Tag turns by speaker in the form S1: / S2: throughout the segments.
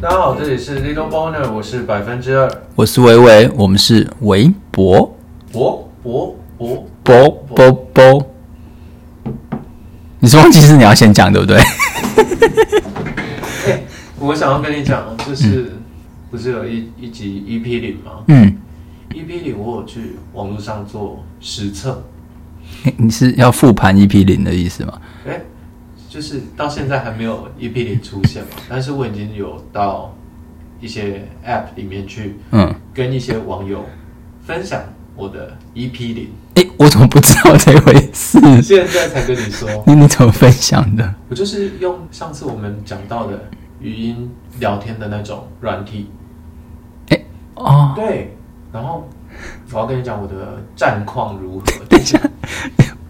S1: 大家好，这里是 Little Boner，我是百分之二，
S2: 我是维维，我们是维博
S1: 博博博
S2: 博博博。你是忘记是你要先讲对不 对？
S1: 我想要跟你讲，就是、不是有一一集 EP 零吗
S2: 嗯，
S1: ？EP 零我有去网络上做实测，
S2: 诶你是要复盘 EP 零的意思吗？
S1: 哎，就是到现在还没有 EP 零出现嘛，但是我已经有到一些 App 里面去
S2: 嗯，
S1: 跟一些网友分享我的 EP 零，
S2: 哎、我怎么不知道这回 事？
S1: 现在才跟你说，
S2: 你你怎么分享的？
S1: 我就是用上次我们讲到的语音聊天的那种软体，
S2: 哦，
S1: 对，然后我要跟你讲我的战况如 何，就是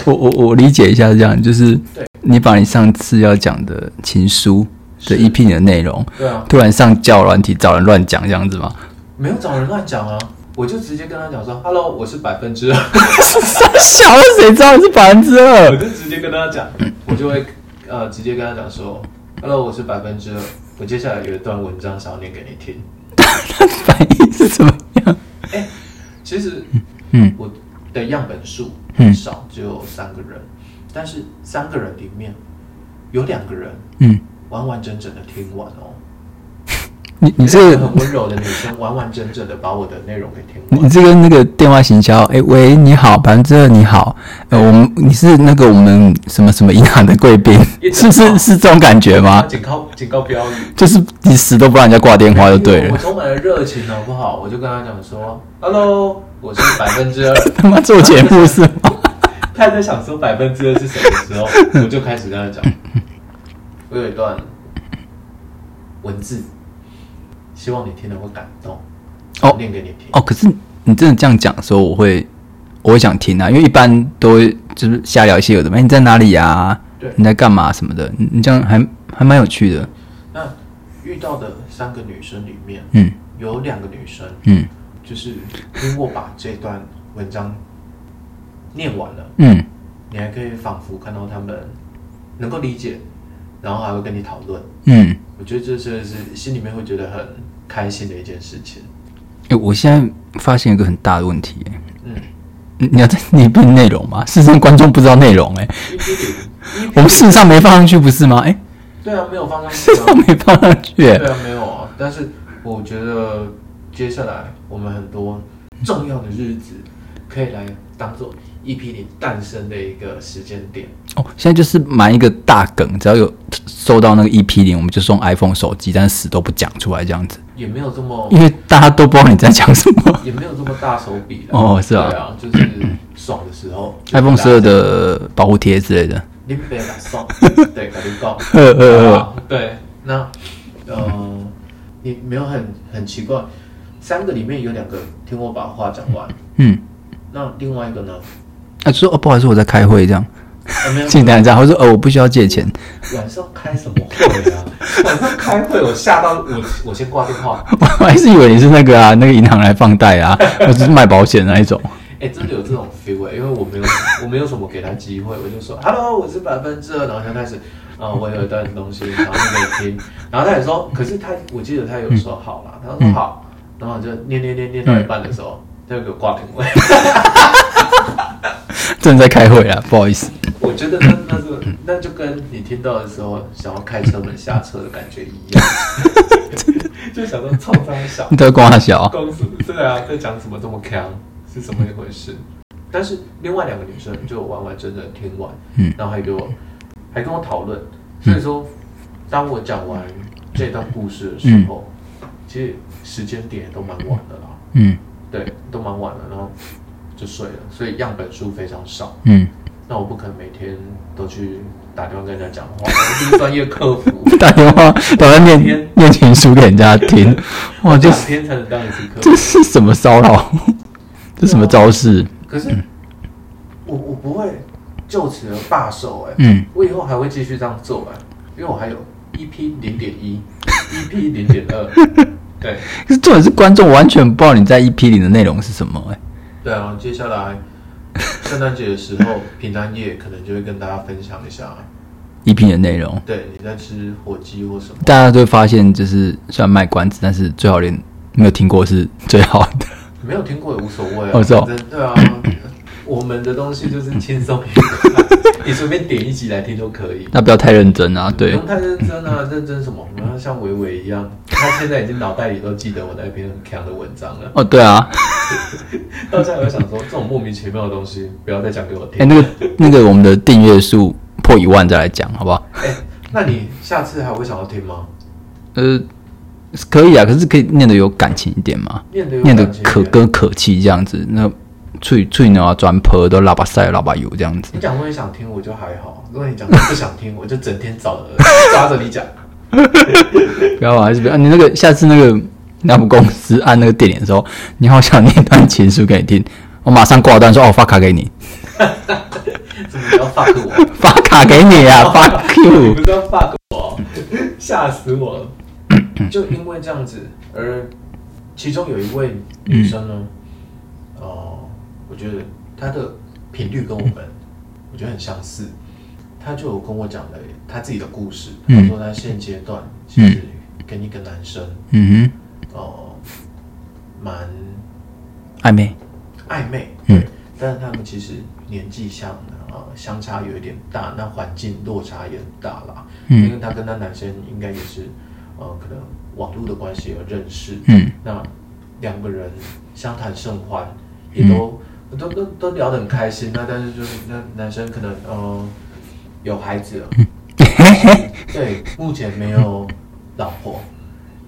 S2: 我我我理解一下，是这样就是
S1: 对
S2: 你把你上次要讲的情书的
S1: 是
S2: EP 零的内容，
S1: 对啊，
S2: 突然上教软体找人乱讲这样子吗？
S1: 没有找人乱讲啊，我就直接跟他讲说，Hello，我是百分之 二，
S2: 傻小了，谁知道你是百分之
S1: 我
S2: 二？
S1: 就直接跟他讲，我就会呃直接跟他讲说，Hello，我是百分之二，我接下来有一段文章想要念给你听。
S2: 反应是怎么样？
S1: 其实，
S2: 嗯，
S1: 我的样本数
S2: 嗯
S1: 很少，只有三个人，但是三个人里面有两个人
S2: 嗯，
S1: 完完整整的听完哦。
S2: 你你
S1: 两
S2: 这个
S1: 个很温柔的女生，完完整整的把我的内容给听完。
S2: 你这个那个电话行销，哎、喂，你好，百分之二，你好，呃，我们你是那个我们什么什么银行的贵宾，
S1: 一直
S2: 是是是这种感觉吗？
S1: 警告警告标语，
S2: 就是你死都不让人家挂电话就
S1: 哎
S2: 对
S1: 因为我
S2: 了，
S1: 充满了热情，好不好？我就跟他讲说，Hello，我 是百分之二。
S2: 他妈做节目是吗？
S1: 他在想说百分之二是什么时候， 我就开始跟他讲，我有一段文字，希望你听了会感动。
S2: 哦
S1: 念给你听。
S2: 哦，可是你真的这样讲的时候，我会我会想听啊，因为一般都会就是瞎聊一些有的没，哎你在哪里呀、
S1: 对
S2: 你在干嘛什么的，你你这样还还蛮有趣的，
S1: 那遇到的三个女生里面，
S2: 嗯
S1: 有两个女生
S2: 嗯
S1: 就是听我把这段文章念完了，
S2: 嗯，
S1: 你还可以仿佛看到他们能够理解，然后还会跟你讨论。
S2: 嗯，
S1: 我觉得这真的是心里面会觉得很开心的一件事情。
S2: 哎、我现在发现一个很大的问题、哎
S1: 嗯，
S2: 你你要在 你变内容吗？事实上，观众不知道内容哎、
S1: 一比零，一
S2: 我们事实上没放上去，不是吗？哎、
S1: 对啊，没有放上去
S2: 事实
S1: 啊
S2: 上，没放上去、哎
S1: 对啊，没有啊。但是我觉得接下来我们很多重要的日子可以来当做 EP 零诞生的一个时间点。
S2: 哦，现在就是埋一个大梗，只要有收到那个 EP 零，我们就送 iPhone 手机，但是死都不讲出来这样子，
S1: 也没有这么
S2: 因为大家都不知道你在讲什 么。
S1: 也没有这么大手笔的
S2: 哦是啊
S1: 对啊，就是爽的时候啊
S2: iPhone 十二的保护贴之类的，
S1: 林北来送，对，跟你讲，
S2: 呃呃呃，
S1: 好 对，啊那呃，你没有很很奇怪，三个里面有两个听我把话讲完，
S2: 嗯，
S1: 那另外一个 呢？
S2: 啊，就说哦，不好意思，我在开会这样，
S1: 啊、没有
S2: 简单这样，或者说呃，我不需要借钱，
S1: 晚上开什么会啊？晚上开会，我吓到 我，我先挂电话。
S2: 我还是以为你是那个啊，那个银行来放 贷啊，或者是卖保险那一种。
S1: 哎、真的有这种 feel 哎、因为我没有，我没有什么给他机会，我就说 hello，我是百分之二，然后他开始，啊、我有一段东西，然后你可以听， 然后他也说，可是他，我记得他有说
S2: 嗯
S1: 好啦，他说好，然后我就念念念念到一半的时候，他就给我挂电话。
S2: 正在开会啊，不好意思。
S1: 我觉得那那是那就跟你听到的时候想要开车门下车的感觉一样，就想说臭脏小
S2: 你都在光他小啊，
S1: 公司对啊，在讲什么这么强，是怎么一回事？但是另外两个女生就完完整整听完，
S2: 嗯
S1: 然后还给我还跟我讨论，所以说，当我讲完这段故事的时候，其实时间点也都蛮晚的啦，
S2: 嗯
S1: 对，都蛮晚了，然后就睡了，所以样本数非常少。
S2: 嗯，
S1: 那我不可能每天都去打电话跟人家讲话，我不是专业客服，
S2: 打电话打算念念情书给人家听，哇，这
S1: 两
S2: 哦是
S1: 天才能当一次客服
S2: 这。是什么骚扰？这什么招式？
S1: 可是我我不会就此而罢手哎、
S2: 嗯，
S1: 我以后还会继啊 续这样做哎、因为我还有 EP 零点一、EP 零点二、对
S2: 可是重点是观众完全不知道你在 EP 里的内容是什么、哎，
S1: 对啊，接下来圣诞节的时候，平安夜可能就会跟大家分享一下，啊
S2: EP ，E 的内容，
S1: 对你在吃火鸡或什么，
S2: 大家就会发现，就是虽然卖关子，但是最好连没有听过是最好的。
S1: 没有听过也无所谓啊，
S2: 哦是哦
S1: 反正对 啊，我们的东西就是轻松愉快， 你随便点一集来听都可以。
S2: 那不要太认真啊，对
S1: 不，用太认真啊，认真什么？不要像伟伟一样，他现在已经脑袋里都记得我那篇很强的文章了。
S2: 哦对啊，
S1: 到现在我就想说，这种莫名其妙的东西，不要再讲给我
S2: 哎、
S1: 听。
S2: 那个那个我们的订阅数破一万再来讲，好不好？
S1: 哎、那你下次还会想要听吗？
S2: 呃，是可以啊，可是可以念的有感情一点嘛，
S1: 念的有
S2: 念的
S1: 感情一
S2: 可
S1: 点
S2: 歌可泣这样子，那脆脆牛啊、转坡都喇叭塞、喇叭油这样子。
S1: 你讲说你想听，我就还好；如果你讲说不想听，我就整天找着抓着你讲。
S2: 不要啊，还是不要。你那个下次那个那部公司按那个电铃的时候，你好想念一段情书给你听，我马上挂断说哦发卡给你，
S1: 怎么不要 fuck 我？
S2: 发卡给你 啊，fuck
S1: 你
S2: you。
S1: 不知道 fuck 我，
S2: 嗯
S1: 吓死我了！就因为这样子，而其中有一位
S2: 嗯
S1: 女生呢，哦、我觉得她的频率跟我们，我觉得很相似。她就有跟我讲了她自己的故事，
S2: 嗯
S1: 她说她现阶段其实跟一个男生
S2: 嗯
S1: 哦，蛮、
S2: 嗯哼，暧昧，
S1: 暧昧，
S2: 嗯
S1: 对，但是他们其实年纪相啊、呃相差有一点大，那环境落差也很大啦。
S2: 嗯
S1: 因为她跟她男生应该也是呃可能网络的关系而认识，
S2: 嗯
S1: 那两个人相谈甚欢，也都、
S2: 嗯
S1: 都都都聊得很开心。那但是就是那男生可能呃有孩子了，
S2: 嗯
S1: 对，目前没有老婆，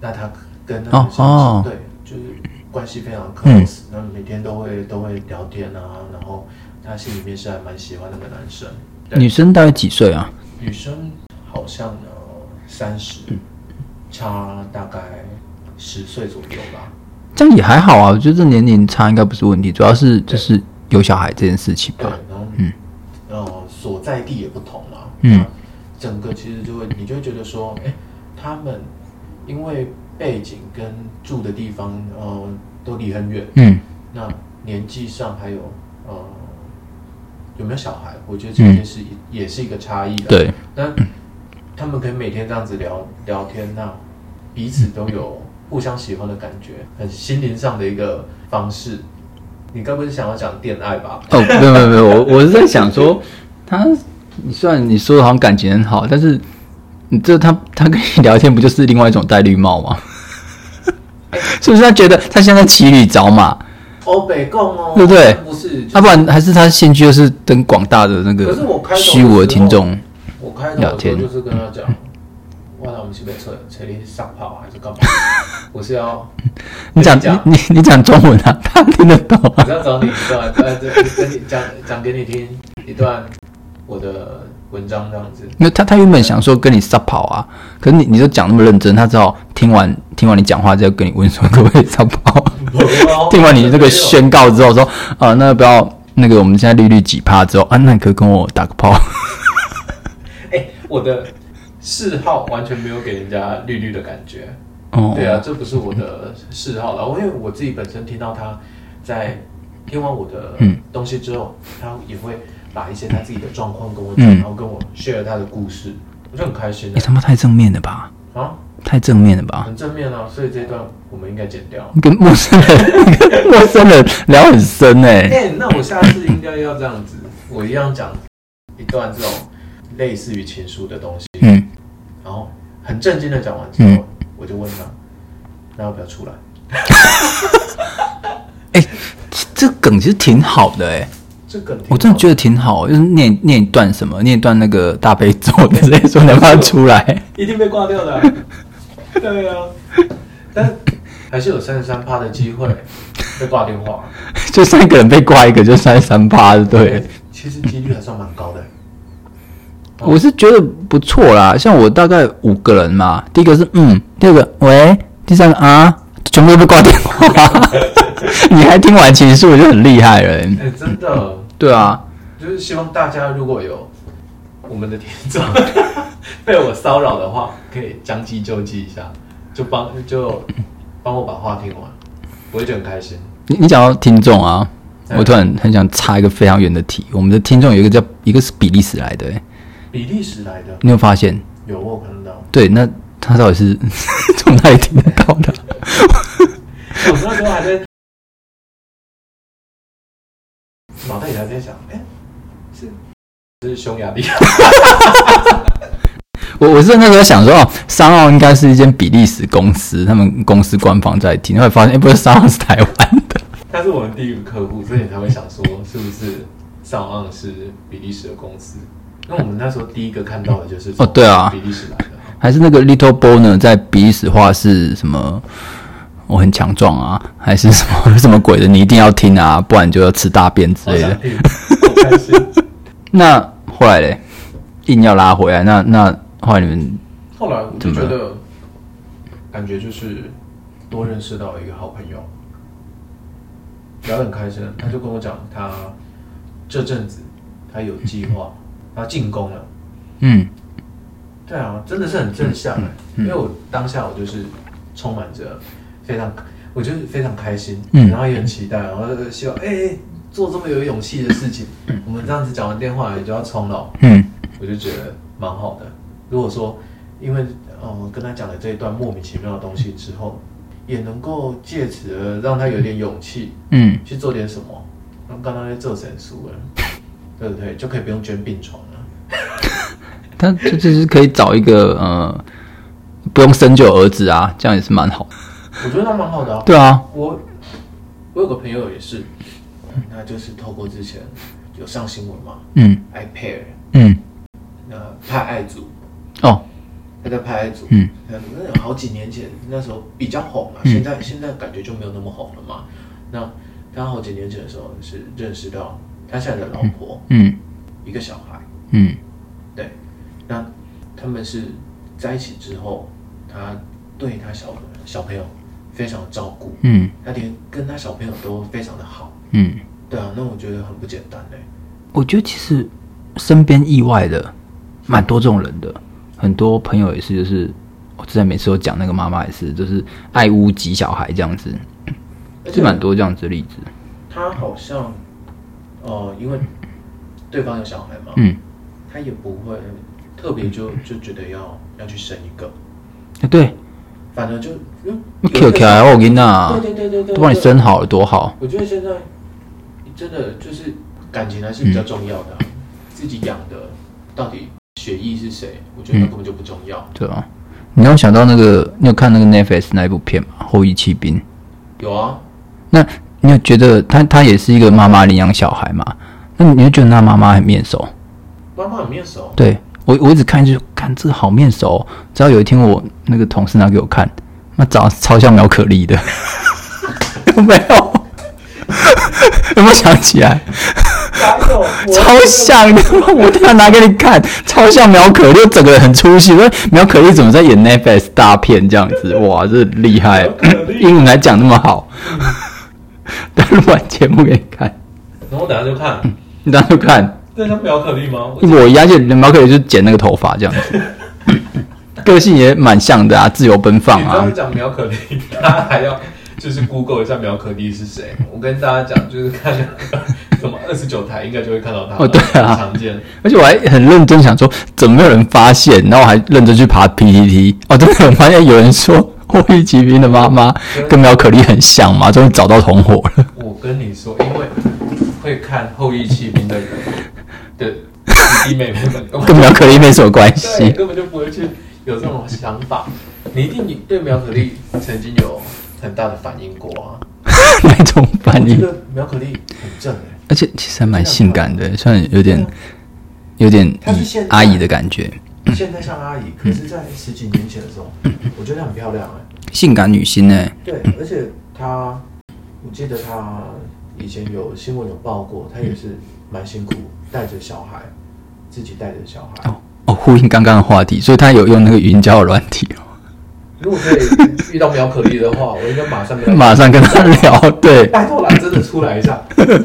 S1: 那他跟那个女生、
S2: 哦哦嗯
S1: 对，就是关系非常 close，、那每天都会都会聊天啊，然后他心里面是还蛮喜欢那个男生，对
S2: 女生大概几岁啊？
S1: 女生好像呢三十，差大概十岁左右吧。
S2: 这样也还好啊，我觉得这年龄差应该不是问题，主要是就是有小孩这件事情
S1: 对
S2: 吧。，
S1: 然后
S2: 嗯
S1: 呃所在地也不同啦，
S2: 嗯，
S1: 整个其实就会你就会觉得说，哎、他们因为背景跟住的地方呃都离很远，
S2: 嗯
S1: 那年纪上还有呃有没有小孩，我觉得这
S2: 嗯
S1: 件事也也是一个差异啦。
S2: 对，
S1: 那他们可以每天这样子聊聊天，那彼此都有互相喜欢的感觉，很心灵上的一个方式。你该不是想要讲恋爱吧？
S2: 哦，没有没有没有，我我是在想说，他，你虽然你说的好像感情很好，但是你这他他跟你聊天不就是另外一种戴绿帽 吗？是不是他觉得他现在骑驴找马？
S1: 哦，北贡哦，
S2: 对不对
S1: 不是，就是
S2: 要、不然还是他兴趣就是跟广大的那
S1: 可是我
S2: 个
S1: 开头的
S2: 虚无的听众，
S1: 我开头
S2: 聊
S1: 的时候
S2: 天
S1: 就是跟他讲，哇，那我们去北车车里上炮还是干 嘛？我是要
S2: 你讲
S1: 讲
S2: 你你你讲中文啊，他听得懂
S1: 我
S2: 啊
S1: 是？要找你一段，呃，这跟你讲讲给你听一段我的文章这样子。
S2: 因为他他原本想说跟你撒跑啊，可是你你都讲那么认真，他只好听完听完你讲话，再跟你问说 可不可以撒跑。 听完你这个宣告之后说，啊，那不要那个我们现在利率几趴之后，啊，那你可以跟我打个炮。
S1: 哎、我的嗜好完全没有给人家绿绿的感觉。
S2: 哦，
S1: 对啊，，这不是我的嗜好了。我因为我自己本身听到他在听完我的
S2: 嗯
S1: 东西之后，他也会把一些他自己的状况跟我讲，
S2: 嗯
S1: 然后跟我 share 他的故事，我就很开心
S2: 你、哎他妈太正面了吧，
S1: 啊啊，
S2: 太正面了吧。
S1: 很正面啊。所以这一段我们应该剪掉。
S2: 你跟陌生人， 你跟陌生人聊很深哎、
S1: 哎、那我下次应该要这样子，我一样讲一段这种类似于情书的东西，
S2: 嗯，
S1: 然后很震惊的讲完之后，我就问他，那要不要出来？
S2: 这梗其实挺好的哎、
S1: 这梗挺
S2: 我真的
S1: 好
S2: 觉得挺好，就是念念一段什么，念一段那个大悲咒之类，说能不能出来？
S1: 一定被挂掉的啊、对啊，但还是有三十三趴的机会被挂电话。
S2: 就三个人被挂一个，就三三八，对了。，
S1: 其实几率还算蛮高的。哦
S2: 我是觉得不错啦，像我大概五个人嘛，第一个是嗯，第二个喂，第三个啊，全部都被挂电 话，你还听完情书，我就很厉害了、欸
S1: 哎、真的，
S2: 对啊，
S1: 就是希望大家如果有我们的听众 被我骚扰的话，可以将计就计一下，就帮就帮我把话听完，我就觉得很开心。
S2: 你你讲到听众啊，
S1: 嗯
S2: 我突然很想插一个非常远的题。我们的听众有一个叫一个是比利时来的、欸，
S1: 比利时来的
S2: 你有发现？
S1: 有我有看到，
S2: 对，那他到底是 从哪里听得到的？
S1: 我那时候啊还在脑袋里还在想，哎、是是匈牙利，
S2: 我我是那时候想说，哦，商奥应该是一间比利时公司，他们公司官方在听，后来发现，哎、不是商奥是台湾的。
S1: 他是我们第一个客户，所以才会想说是不是上岸是比利时的公司。那我们那时候第一个看到的就是
S2: 哦对啊
S1: 从比利时来的。
S2: 还是那个 Little Boner 在比利时话是什么？我很强壮啊，还是什么 什么鬼的？你一定要听啊，不然就要吃大便之
S1: 好
S2: 类的
S1: 想。听，好开心。
S2: 那后来嘞，硬要拉回来，那那后来你们
S1: 后来我就觉
S2: 怎么
S1: 得，感觉就是多认识到一个好朋友，聊得很开心。他就跟我讲，他这阵子他有计划，他进攻了。
S2: 嗯
S1: 对啊，真的是很正向、欸因为我当下我就是充满着非常，我就是非常开心，
S2: 嗯
S1: 然后也很期待，然后就希望哎、欸做这么有勇气的事情，我们这样子讲完电话也就要冲了哦，
S2: 嗯
S1: 我就觉得蛮好的。如果说因为呃跟他讲了这一段莫名其妙的东西之后，也能够借此而让他有点勇气
S2: 嗯
S1: 去做点什么，然后刚刚在做神书了， 对不对？就可以不用捐病床了。
S2: 他就就是可以找一个呃，不用生就儿子啊，这样也是蛮好。
S1: 我觉得他蛮好的啊。
S2: 对啊，
S1: 我我有个朋友也是，那就是透过之前有上新闻嘛
S2: 嗯
S1: ，iPair
S2: 嗯，
S1: 那派爱组，
S2: 哦，
S1: 他在派爱组，
S2: 嗯
S1: 那那有好几年前那时候比较红了、
S2: 嗯
S1: 现在现在感觉就没有那么红了嘛。那他好几年前的时候是认识到他现在的老婆、
S2: 嗯
S1: 一个小孩，
S2: 嗯
S1: 对，那他们是在一起之后，他对他小小朋友非常照顾，
S2: 嗯
S1: 他连跟他小朋友都非常的好。
S2: 嗯，
S1: 对啊，那我觉得很不简单欸嘞。
S2: 我觉得其实身边意外的蛮多这种人的，很多朋友也是，就是我之前每次都讲那个妈妈也是，就是爱屋及小孩这样子，
S1: 而
S2: 是
S1: 且
S2: 蛮多这样子的例子。
S1: 他好像，呃，因为对方有小孩嘛，
S2: 嗯，
S1: 他也不会特别就就觉得要要去生一个，
S2: 啊对，
S1: 反正就嗯，
S2: 你 Q Q 啊，我跟你讲
S1: 对，对对对对，
S2: 都帮你
S1: 对。
S2: 生好了，多好。
S1: 我觉得现在真的就是感情还是比较重要的啊、自己养的到底血裔是谁，我觉得那根本就不重要。
S2: 对啊，你让我想到那个，你有看那个 Netflix 那一部片吗？《后裔骑兵》。
S1: 有啊，
S2: 那你有觉得他他也是一个妈妈领养小孩嘛？那你会觉得那妈妈很面熟？
S1: 妈妈很面 熟，
S2: 对我我一直看就看这个好面熟哦、直到有一天我那个同事拿给我看，那长得超像苗可丽的， 有没有？ 有没有想起来？
S1: 哪有？
S2: 超像的， 我突然拿给你看，超像苗可丽，我整个人很出戏。我说苗可丽怎么在演 Netflix 大片这样子？哇，这很厉害
S1: 苗可，丽
S2: 英文还讲那么好。 但录完节目给你看，
S1: 然后我等下就看，
S2: 你当时看
S1: 这像苗可丽吗？我
S2: 一模一样，就苗可丽就剪那个头发这样子，个性也蛮像的啊，自由奔放
S1: 你刚
S2: 啊
S1: 刚。讲苗可丽，大家还要就是 Google 一下苗可丽是谁。我跟大家讲，就是看那个什么二十九台，应该就会看到他。
S2: 哦对
S1: 很
S2: 啊
S1: 常见。
S2: 而且我还很认真想说，怎么没有人发现？然后我还认真去爬 PPT，哦，真的有发现有人说霍伊骑兵的妈妈跟苗可丽很像嘛，终于找到同伙了。
S1: 我跟你说，因为会看《后裔骑兵》的人的弟弟妹妹们，根本
S2: 跟苗可丽没什么关
S1: 对，
S2: 系。
S1: 根本就不会去有这种想法。你一定对苗可丽曾经有很大的反应过啊！
S2: 那种反
S1: 我觉
S2: 应，
S1: 得苗可丽很正哎、
S2: 而且其实还蛮性感的，虽然有点有点嗯
S1: 她是现代
S2: 阿姨的感觉，
S1: 现在像阿姨，可是，在十几年前的时候，
S2: 嗯
S1: 我觉得她很漂亮哎、
S2: 性感女星呢、
S1: 对，而且他，我记得他以前有新闻有报过，他也是蛮辛苦，带着小孩，自己带着小孩。
S2: 哦，呼应刚刚的话题，所以她有用那个云交友软体哦，
S1: 如果可以遇到苗可丽的话，我应该马上跟他
S2: 马上跟她聊， 对，
S1: 拜托啦，真的出来一下，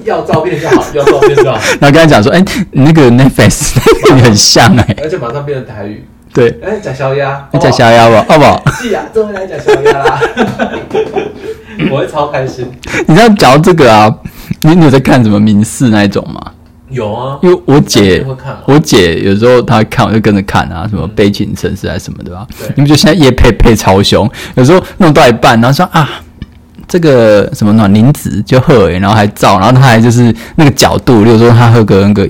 S1: 要照片就好，要照片就好，
S2: 然后跟她讲说，哎、你那个 Netflix 那个你很像哎、
S1: 而且马上变成台语。
S2: 对，
S1: 哎，假小鸭，
S2: 那假小鸭吧，好不好？
S1: 是啊，终于来假小鸭啦！ 我会超开心。
S2: 你知道讲到这个啊，你你有在看什么民视那一种吗？
S1: 有啊，
S2: 因为我
S1: 那
S2: 姐
S1: 你会看哦吗，
S2: 我姐有时候她会看，我就跟着看啊，什么悲情城市啊什么的吧
S1: 对。
S2: 你们就现在夜配配超凶，有时候弄到一半，然后说啊，这个什么暖林子就喝、欸，然后还照，然后她还就是那个角度，例如说她喝个那个。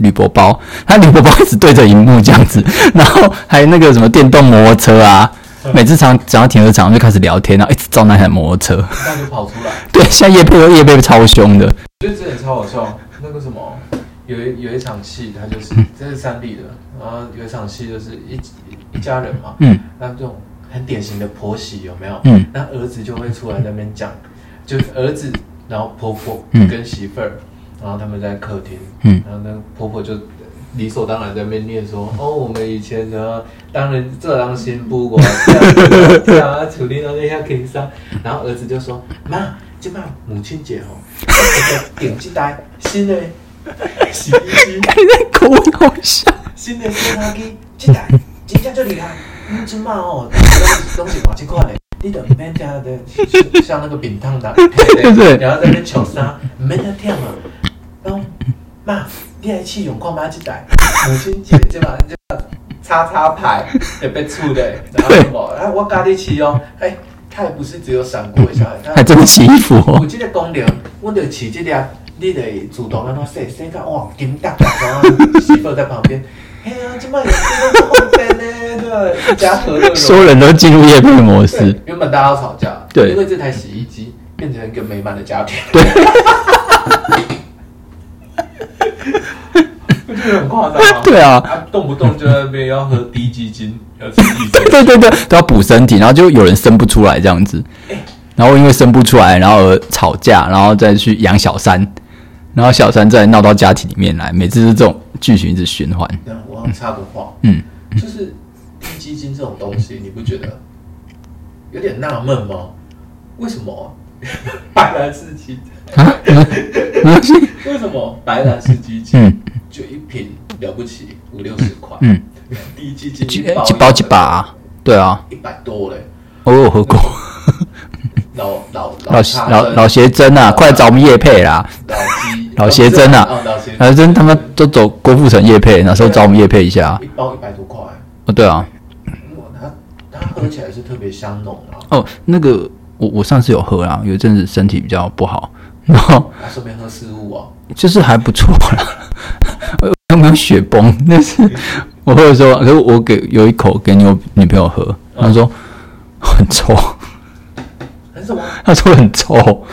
S2: 铝箔包，她铝箔包一直对着荧幕这样 子，然后还那个什么电动摩托车啊，每次常只要停车场就开始聊天，然啊后一直照那台摩托车。
S1: 那就跑出来。
S2: 对，现在夜配都夜配超凶的，
S1: 我觉得这也超好笑。那个什么，有一有一场戏，他就是这是三立的，然后有一场戏就是一一家人嘛，
S2: 嗯，
S1: 那这种很典型的婆媳有没有？
S2: 嗯，
S1: 那儿子就会出来在那边讲，就是儿子，然后婆婆
S2: 嗯
S1: 跟媳妇儿，然后他们在客厅，
S2: 嗯，
S1: 然后那个婆婆就。理所当然在那边念说：“哦，我们以前呢，当然这当新不过，这样啊，处理到那些情商。”然后儿子就说：“妈，今晚母亲节哦， 点进来新的 洗衣机，
S2: 看你在哭，好笑。
S1: 新的洗发机进来，真正就厉害。你今晚哦，东西往这块嘞，你都免加的，像那个饼烫的，
S2: 对对
S1: 然后在那边求啥，免得忝啊。然后妈，你来去用看妈这台，母亲节今晚就叉叉牌特别出的，然后我，然后我家你去哦，哎，他也不是只有闪过一下，他
S2: 还哎真洗衣服
S1: 有
S2: 哦，
S1: 这个功能，阮就饲这粒，你就会自动安怎洗洗到哇金达达，然后媳妇在旁边，嘿啊，这摆也是都方便呢，对吧？一家和 乐
S2: 所有
S1: 融。
S2: 人都进入夜配模式
S1: 对，，原本大家要吵架，
S2: 对
S1: 因为这台洗衣机变成一个美满的家庭，
S2: 对，
S1: 我觉得很夸张啊。
S2: 对啊，
S1: 啊，动不动就在那边要喝低基金，要吃益生。
S2: 对对对，都要补身体，然后就有人生不出来这样子，然后因为生不出来，然后而吵架，然后再去养小三，然后小三再闹到家庭里面来，每次是这种剧情一直循环。
S1: 那我要插个话，
S2: 嗯，
S1: 就是低基金这种东西，你不觉得有点纳闷吗？为什 么白兰氏基
S2: 啊
S1: 为什么白兰氏基金
S2: 嗯
S1: 就一瓶了不起五六十块？
S2: 嗯，
S1: 低基金
S2: 几
S1: 一包
S2: 几包几把、啊？对啊，哦
S1: 一百多嘞，
S2: 我有喝过。
S1: 老老
S2: 老
S1: 茶
S2: 老
S1: 的
S2: 老邪真啊，快来找我们叶配啦！
S1: 老鸡
S2: 老邪真啊
S1: 哦老邪，
S2: 老邪真他们都走郭富城叶配，哪时候找我们叶配一下啊？
S1: 一包一百多块，
S2: 哦，对啊，
S1: 哇它它喝起来是特别香浓啊，
S2: 哦，那个我我上次有喝啊啦，有一阵子身体比较不好，然后
S1: 啊顺便喝四物哦，
S2: 就是还不错啦。 呃有没有雪崩？但是我喝的时候，可是我给有一口给我女朋友喝，
S1: 嗯
S2: 她说很臭，
S1: 很什么？
S2: 她说很臭，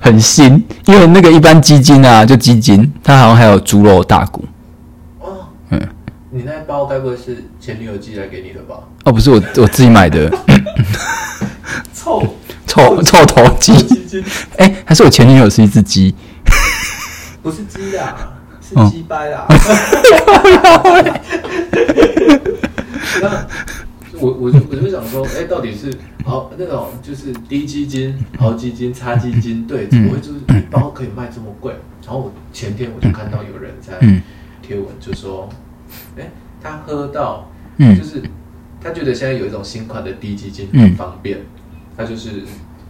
S2: 很腥，因为那个一般鸡精啊，就鸡精，它好像还有猪肉大骨。
S1: 哦，
S2: 嗯
S1: 你那包该不会是前女友寄来给你的吧？
S2: 哦，不是我我自己买的
S1: 臭
S2: 臭臭头鸡，
S1: 鸡鸡，
S2: 哎、还是我前女友是一只鸡，
S1: 不是鸡啦，是
S2: 嗯
S1: 鸡掰啊 啦。那我我就我就想说，哎、到底是好那种就是低基金、好基金、差基金，
S2: 嗯
S1: 对，怎么会就是一包可以卖这么贵？然后我前天我就看到有人在
S2: 嗯
S1: 贴文就说，哎、他喝到
S2: 嗯
S1: 就是他觉得现在有一种新款的低基金
S2: 嗯
S1: 很方便，它就是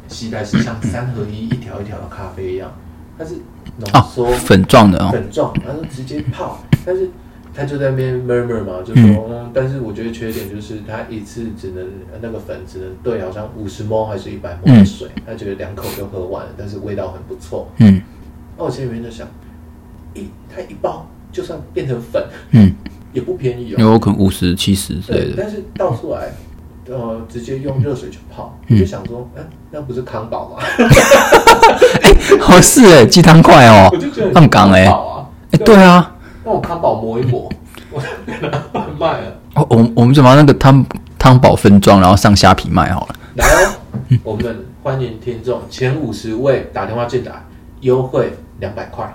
S1: 吸带是像三合一一条一条的咖啡一样，它是浓
S2: 哦
S1: 缩、，
S2: 粉状的哦，
S1: 粉状，然后直接泡，但是他就在那边 murmur 嘛，就说，嗯但是我觉得缺点就是他一次只能呃那个粉只能兑好像五十 ml 还是一百 ml 的
S2: 嗯
S1: 水，他觉得两口就喝完了，但是味道很不错。
S2: 嗯
S1: 那我心里面就想，一他一包就算变成粉
S2: 嗯，
S1: 也不便宜哦，
S2: 有可能五十七十之类
S1: 对，
S2: 的，
S1: 但是倒出来，呃，直接用热水去泡，
S2: 嗯
S1: 我就想说，哎、那不是康宝吗？
S2: 好是哎，鸡汤块哦
S1: 我就觉得，
S2: 很
S1: 很
S2: 港哎
S1: 康，宝啊，
S2: 哎对啊，
S1: 那我康宝磨一磨， 我就给它贩卖了。
S2: 哦我我们就把那个汤汤宝分装，然后上虾皮卖好了，
S1: 来哦，
S2: 嗯
S1: 我们欢迎听众前五十位打电话进来，优惠两百 块，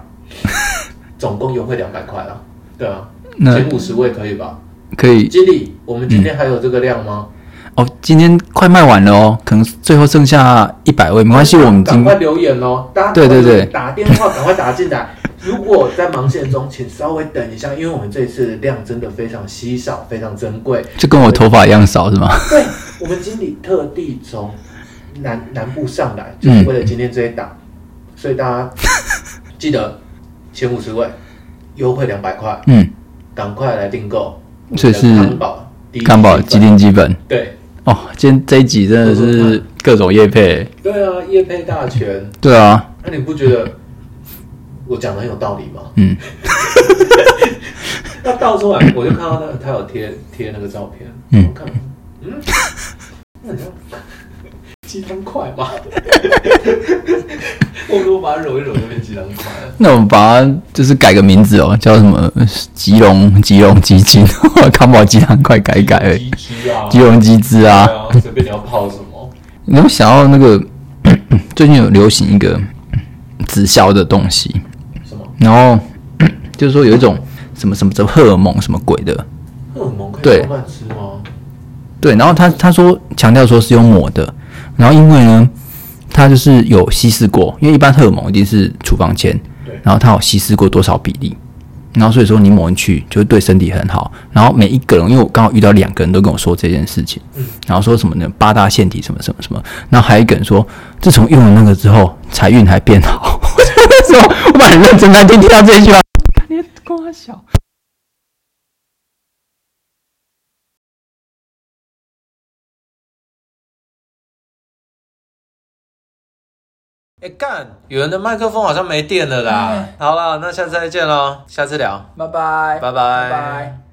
S1: 总共优惠两百块啊，对啊，
S2: 那嗯
S1: 前五十位可以吧？
S2: 可以
S1: 经理，我们今天还有这个量吗？
S2: 哦，今天快卖完了哦，可能最后剩下一百位，没关系，我们已
S1: 赶
S2: 经
S1: 快留言哦，大家
S2: 对对对
S1: 打电话赶快打进来，如果在盲线中，请稍微等一下，因为我们这一次的量真的非常稀少，非常珍贵。
S2: 就跟我头发一样少是吗？
S1: 对，我们经理特地从南南部上来，就是为了今天这一档，所以大家记得前五十位优惠两百块，
S2: 嗯，
S1: 赶快来订购。
S2: 这是
S1: 康宝第一
S2: 干宝
S1: 季
S2: 几点基本
S1: 对
S2: 哦，今天这一集真的是各种业配，
S1: 对啊，业配大全，
S2: 对啊，
S1: 那、你不觉得我讲的很有道理吗？
S2: 嗯，
S1: 那到出来，我就看到他他有贴贴那个照片，
S2: 嗯
S1: 我看，嗯，那你要鸡汤块吧？ 我如果把它揉一揉，就变鸡汤块了。
S2: 那我们把它就是改个名字哦，叫什么吉隆吉隆基金， 康宝鸡汤快改哎一改而已，
S1: 鸡汁啊，
S2: 吉隆基资啊
S1: 对，啊，随便你要泡什么，
S2: 你有想到那个 最近有流行一个直销的东西，
S1: 什么
S2: 然后 就是说有一种什么什么什么荷尔蒙什么鬼的，
S1: 荷尔蒙可以
S2: 对
S1: 慢慢吃吗？
S2: 对，然后他他说强调说是用抹的，然后因为呢，他就是有稀释过，因为一般荷尔蒙一定是处方签
S1: 对，
S2: 然后他有稀释过多少比例，然后所以说你抹进去就是对身体很好，然后每一个人，因为我刚好遇到两个人都跟我说这件事情，然后说什么呢八大腺体什么什么什么，然后还有一个人说自从用了那个之后财运还变好， 我说为什么？我把很认真那天听到这一句话，你光小。
S1: 哎、干，有人的麦克风好像没电了啦。好了，那下次再见喽，下次聊，
S2: 哎拜拜，
S1: 拜拜
S2: 拜拜。